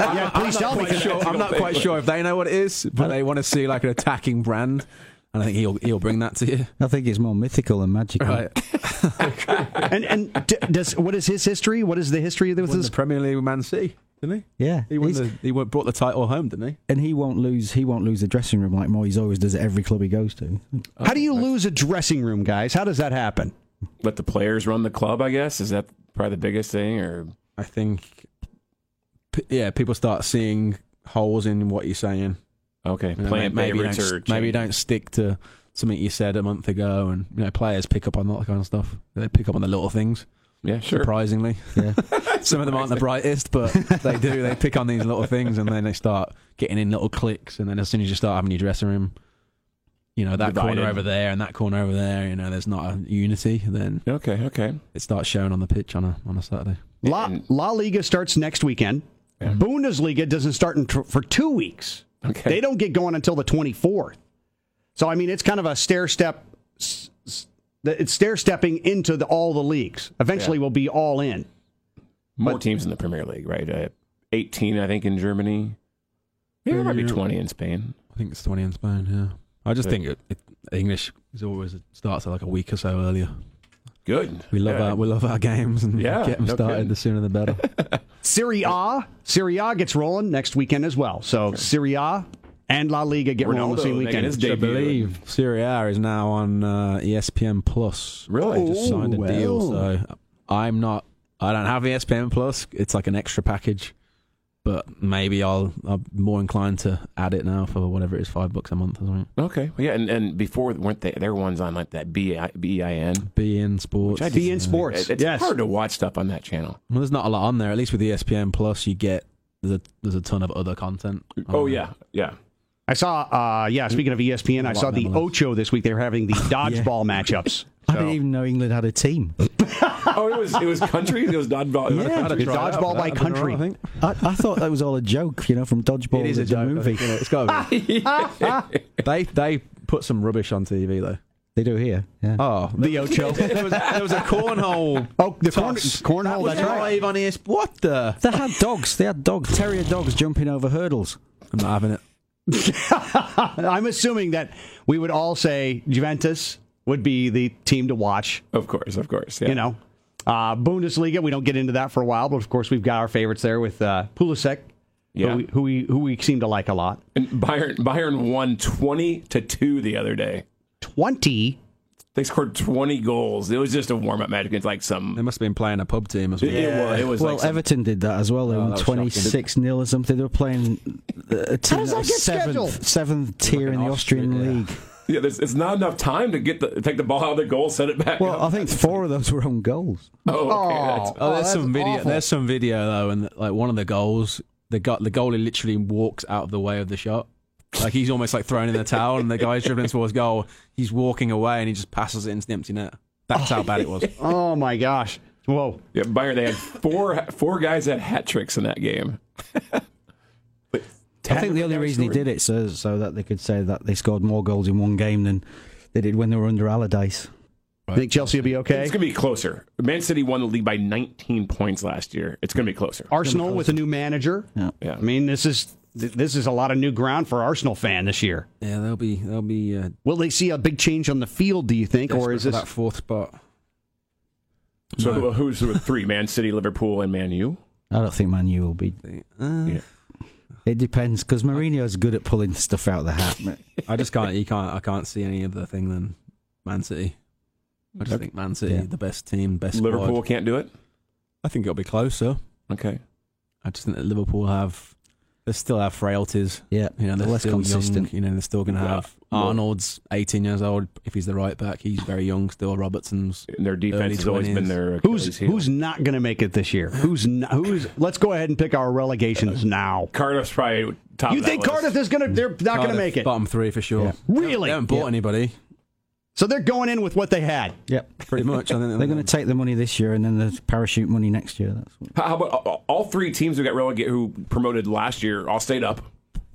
S5: yeah, I'm not quite sure. I'm not quite sure if they know what it is, but they want to see like an attacking brand, and I think he'll he'll bring that to you.
S6: I think it's more mythical than magical.
S5: Right.
S3: and and d- does what is his history? What is the history of this?
S5: Won the Premier League with Man City, didn't he?
S6: Yeah,
S5: He won
S6: he's-
S5: the, he won- brought the title home, didn't he?
S6: and he won't lose. He won't lose the dressing room like Moyes always does at every club he goes to.
S3: How do you lose a dressing room, guys? How does that happen?
S4: Let the players run the club, I guess. Is that probably the biggest thing? Or
S5: I think, p- yeah, people start seeing holes in what you're saying.
S4: okay,
S5: You know,
S4: playing
S5: may- Uh, maybe you
S4: favorites
S5: don't,
S4: or
S5: s- maybe you don't stick to something you said a month ago, and you know players pick up on that kind of stuff. They pick up on the little things.
S4: yeah, sure.
S5: Surprisingly,
S6: Yeah.
S5: some of them aren't the brightest, but they do. They pick on these little things, and then they start getting in little clicks. And then as soon as you start having your dressing room, you know that corner
S4: Divided.
S5: over there and that corner over there. You know, there's not a unity. Then
S4: Okay, okay.
S5: it starts showing on the pitch on a on a Saturday.
S3: La,
S4: And-
S3: La Liga starts next weekend. Bundesliga doesn't start in tr- for two weeks.
S4: Okay.
S3: They don't get going until the 24th. So, I mean, it's kind of a stair step. s- s- It's stair stepping into the, all the leagues. Eventually, we'll be all in.
S4: More teams in the Premier League, right? Uh, 18, I think, in Germany. Yeah, there might be 20 in Spain.
S5: I think it's 20 in Spain, yeah. I just
S4: Yeah.
S5: think it, it, English is always starts at like a week or so earlier.
S4: Good.
S5: We love
S4: Yeah.
S5: our we love our games and
S4: Yeah,
S5: get them
S4: no
S5: started
S4: kidding.
S5: the sooner the better.
S3: Serie A, Serie A gets rolling next weekend as well. So, Serie A and La Liga get rolling the
S4: Ronaldo
S3: same
S4: making
S3: weekend.
S4: his
S5: I
S4: debut.
S5: believe Serie A is now on uh, ESPN Plus.
S4: Really?
S5: They just signed a
S6: Ooh,
S5: deal,
S6: well.
S5: so I'm not. I don't have E ESPN Plus. It's like an extra package, but maybe I'll I'm more inclined to add it now for whatever it is, five bucks a month or something.
S4: Okay. Well, yeah, and, and before weren't they? There were ones on like that B I B I N.
S5: Be in sports.
S4: I
S3: Be in sports.
S4: It's
S3: yes.
S4: hard to watch stuff on that channel.
S5: Well, there's not a lot on there. At least with E ESPN Plus, you get there's a there's a ton of other content. Uh, on
S4: Oh
S5: there.
S4: yeah, yeah.
S3: I saw, uh, yeah, speaking of ESPN, I saw the
S5: MLS.
S3: Ocho this week. They were having the dodgeball matchups.
S6: I didn't even know England had a team.
S4: Oh, it was it was countries. It was dodgeball.
S5: I'd have
S3: it's
S5: tried that,
S3: dodgeball
S5: but
S3: by
S5: that'd been all
S3: country.
S5: right, I think.
S6: I, I thought that was all a joke, you know, from Dodgeball.
S5: It is
S6: the
S5: a joke. I
S6: movie.
S5: think, you know, it's got to be. they they put some rubbish on TV though.
S6: They do here. Yeah.
S5: Oh,
S3: The Ocho.
S5: there was there was a cornhole.
S3: Oh, the corn,
S5: toss. That
S3: cornhole,
S5: was
S3: that's right.
S5: live on ES. What the?
S6: They had dogs. They had dog terrier dogs jumping over hurdles.
S5: I'm not having it.
S3: I'm assuming that we would all say Juventus would be the team to watch,
S4: Of course, of course. Yeah.
S3: you know. Uh, Bundesliga, we don't get into that for a while, but of course we've got our favorites there with uh, Pulisic, who,
S4: Yeah.
S3: we, who we who we seem to like a lot.
S4: And Bayern Bayern won twenty to two the other day.
S3: Twenty.
S4: They scored twenty goals. It was just a warm up match against like
S5: They
S4: some.
S5: must have been playing a pub team as
S4: It,
S5: well.
S4: it was. It was
S6: well,
S4: like some-
S6: Everton did that as well. They won
S5: that was
S6: twenty
S5: shocking.
S6: six 0 or something. They were playing a team
S3: does that
S6: was
S3: get scheduled?
S6: seventh, seventh tier in the
S5: Austrian,
S6: Austrian
S5: yeah.
S6: league.
S4: yeah, there's, it's not enough time to get the take the ball out of the goal, set it back.
S6: Well,
S4: up.
S6: I think four of those were own goals.
S4: oh, okay, that's-
S5: Oh, there's
S3: that's
S5: some video.
S3: awful.
S5: There's some video though, and like one of the goals, the gu the goalie literally walks out of the way of the shot. Like he's almost like thrown in the towel, and the guy's dribbling towards goal. He's walking away, and he just passes it into the empty net. That's how bad it was.
S3: Oh my gosh! Whoa!
S4: Yeah, Bayern. They had four four guys that had hat tricks in that game. But
S6: I think the only reason he did it so so that they could say that they scored more goals in one game than they did when they were under Allardyce.
S3: I think Chelsea will be okay.
S4: It's going to be closer. Man City won the league by 19 points last year. It's going to be closer.
S3: Arsenal with a new manager.
S4: Yeah.
S3: I mean, this is th- this is a lot of new ground for Arsenal fan this year.
S5: Yeah, they'll be they'll be uh,
S3: Will they see a big change on the field? Do you think, or is
S5: desperate for
S3: this
S5: that fourth spot?
S4: So who- who's with three? Man City, Liverpool, and Man U.
S6: I don't think Man U will be.
S5: Uh,
S6: It depends because Mourinho's good at pulling stuff out of the hat.
S5: I just can't. You can't. I can't see any other thing than Man City. I just think Man City,
S6: Yeah.
S5: the best team, best squad.
S4: Liverpool can't do it.
S5: I think it'll be closer.
S4: Okay.
S5: I just think that Liverpool have. They still have frailties.
S6: Yeah,
S5: You know, they're
S6: less
S5: still
S6: consistent.
S5: Young, you know, they're still going to have Arnold's 18 years old. If he's the right back, he's very young still. Robertson's
S4: And their defense
S5: early
S4: has always
S5: 20s.
S4: been their
S3: Who's
S4: Achilles heel.
S3: who's not going to make it this year? Who's not, who's? Let's go ahead and pick our relegations now.
S4: Cardiff's probably top.
S3: You
S4: of that
S3: think
S4: list.
S3: Cardiff is going to? They're not going to
S5: Cardiff,
S3: make it.
S5: Bottom three for sure.
S3: Really?
S5: They haven't bought
S3: Yeah.
S5: anybody,
S3: So they're going in with what they had.
S6: Yep.
S5: pretty much. I think
S6: They're going to take the money this year and then the parachute money next year. That's what,
S4: How about all- all three teams who got relegated, who promoted last year, all stayed up.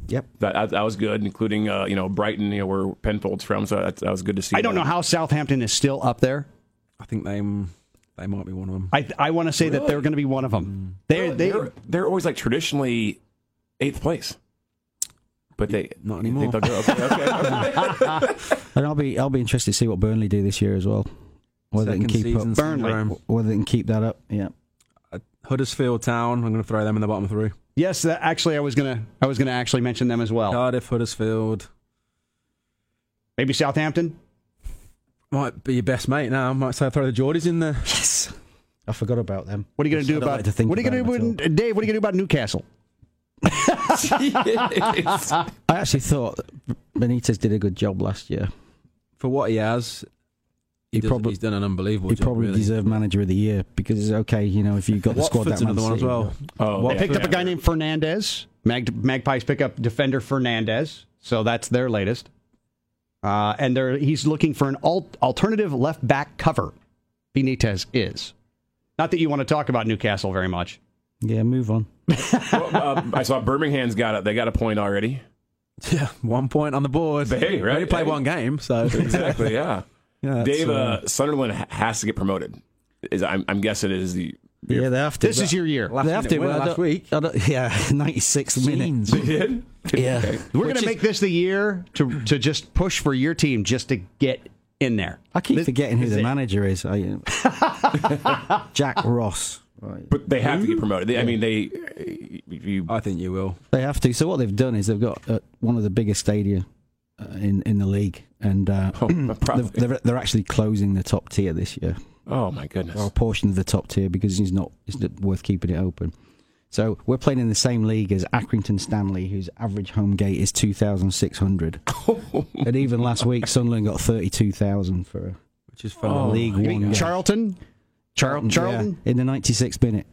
S6: yep.
S4: That that, that was good, including uh, you know Brighton, you know where Penfold's from. So that, that was good to see.
S3: I don't know how Southampton is still up there.
S5: I think they they might be one of them.
S3: I I want to say that they're going to be one of them.
S6: Oh,
S3: They they
S4: they're they're always like traditionally eighth place, but they
S5: Not
S4: you think
S5: anymore.
S4: they'll go- okay, okay, okay.
S6: And I'll be I'll be interested to see what Burnley do this year as well. Whether
S5: Second
S6: they can keep up.
S5: season syndrome.
S6: Whether they can keep that up. Yeah.
S5: Huddersfield Town. I'm going to throw them in the bottom three.
S3: yes. That, actually, I was gonna I was gonna actually mention them as
S6: Uh,
S3: well.
S5: Cardiff, Huddersfield
S3: Maybe Southampton.
S5: might be your best mate now. I might say throw the Geordies in there.
S6: Yes. I forgot about them.
S3: What are you going
S6: Yes,
S3: to do
S6: I don't
S3: about
S6: like to think
S3: what are you
S6: about
S3: gonna
S6: it
S3: do, with- Dave? What are you going to do about Newcastle?
S6: I actually thought Benitez did a good job last year.
S5: For what he has, he,
S6: He
S5: does-
S6: probably-
S5: he's done an unbelievable
S6: He
S5: job.
S6: probably
S5: really.
S6: deserved manager of the year because it's okay, you know, if you've got the squad
S5: Watford's
S6: that man
S5: another one as
S6: City
S5: well.
S4: Oh,
S5: Well,
S4: yeah,
S3: Picked up a
S4: yeah.
S3: guy named Fernandez. Mag- Magpies pick up defender Fernandez. So that's their latest. Uh, and they're, he's looking for an al- alternative left back cover. Benitez is. Not that you want to talk about Newcastle very much.
S6: will. Yeah, move on.
S4: Well, uh, I saw Birmingham's got it. They got a point already.
S5: Yeah, one point on the board.
S4: But hey, right?
S5: Only played one game, so
S4: Exactly. Yeah.
S5: Yeah, that's,
S4: Dave
S5: uh,
S4: uh, Sunderland ha- has to get promoted. Is I'm, I'm guessing it is the
S6: Yeah, they have to.
S3: This is your year.
S5: Last
S6: they have
S5: minute
S6: to.
S5: winner
S6: I don't-
S5: last week.
S6: I don't- yeah, 96th minute.
S5: Jeans.
S4: did.
S6: Yeah.
S3: We're going to make this the year to, to just push for your team just to get in there.
S6: I keep
S3: This-
S6: forgetting who
S3: this
S6: the
S3: is it.
S6: manager is. I, Jack Ross.
S4: But they have to get promoted. They, I mean, they. You, you-
S5: I think you will.
S6: They have to. So what they've done is they've got uh, one of the biggest stadia uh, in in the league, and uh,
S4: Oh, probably.
S6: they're, they're they're actually closing the top tier this year,
S4: oh my goodness.
S6: or a portion of the top tier, because it's not it's not worth keeping it open. So we're playing in the same league as Accrington Stanley, whose average home gate is two thousand six hundred,
S3: Oh.
S6: and even last week Sunderland got thirty two thousand for a
S5: Which is phenomenal.
S6: League
S3: Oh, You mean
S6: One. game.
S3: Charlton? Charl- Charlton?
S6: Yeah, in the ninety sixth minute.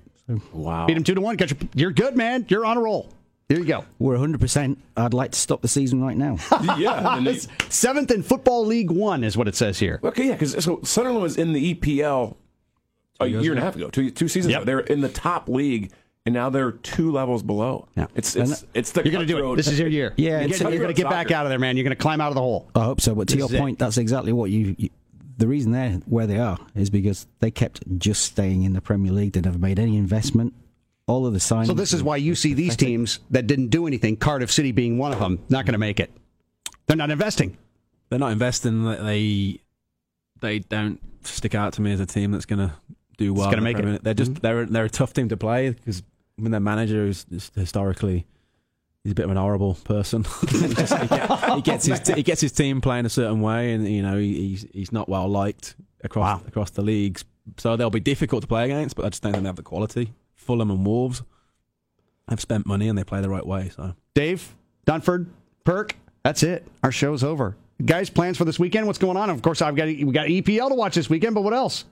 S4: wow.
S3: Beat him 2 to 1. Got your- You're good, man. You're on a roll. There you go.
S6: We're hundred percent. I'd like to stop the season right now.
S4: yeah. and they-
S3: Seventh in Football League One is what it says here.
S4: okay. Yeah. Because so Sunderland was in the EPL a year
S5: years
S4: and a half ago, two two seasons
S3: Yep.
S4: ago. They're in the top league, and now they're two levels below.
S6: Yeah.
S4: It's it's it's the
S3: You're going to do it.
S4: cutthroat-
S3: This is your year.
S6: Yeah,
S3: you're,
S6: it's-
S3: gonna- you're going to get back out of there, man. You're going to climb out of the hole.
S6: I hope so. But to
S3: This
S6: your
S3: is it.
S6: point, that's exactly what you, you. The reason they're where they are is because they kept just staying in the Premier League. They never made any investment. All of the signings.
S3: So this is why you see these teams that didn't do anything, Cardiff City being one of them, not going to make it. They're not investing.
S5: They're not investing. like, They they don't stick out to me as a team that's going to do well.
S3: gonna
S5: in the
S3: make it.
S5: Premier League. They're just they're they're a tough team to play because I mean, their manager is just historically he's a bit of an horrible person. Just- he, get- he gets his he gets his team playing a certain way, and you know he, he's he's not well liked across across the leagues. So they'll be difficult to play against, but I just don't think they have the quality. Fulham and Wolves have spent money and they play the right way. So
S3: Dave, Dunford, Perk, that's it. Our show's over. Guys, plans for this weekend? What's going on? Of course, I've got we got EPL to watch this weekend, but what else?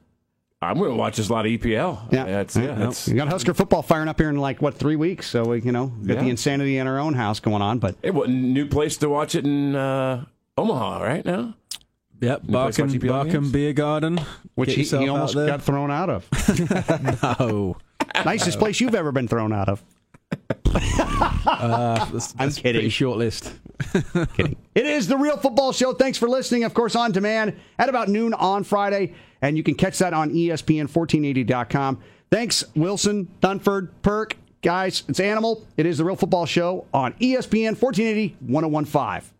S4: I'm going to watch this lot of EPL.
S3: Yeah.
S4: That's, yeah. That's,
S3: We got Husker football firing up here in like what three weeks, so we, you know got
S4: Yeah.
S3: the insanity in our own house going on. But
S4: Hey, what new place to watch it in uh, Omaha right now?
S5: Yep,
S4: place watch
S5: Barkham,
S4: EPL
S5: Barkham
S4: games?
S5: Beer Garden.
S3: which
S5: Get
S3: he,
S5: yourself
S3: he
S5: out
S3: almost
S5: there.
S3: got thrown out of.
S5: Oh,
S3: Nicest place you've ever been thrown out of.
S5: that's,
S3: I'm
S5: that's
S3: kidding.
S5: Pretty short list.
S3: It is the Real Football Show. Thanks for listening. Of course, on demand at about noon on Friday, and you can catch that on E ESPN1480.com. Thanks, Wilson, Dunford, E oh Perk. Guys, it's Animal. It is the Real Football Show on ESPN 1480 1015.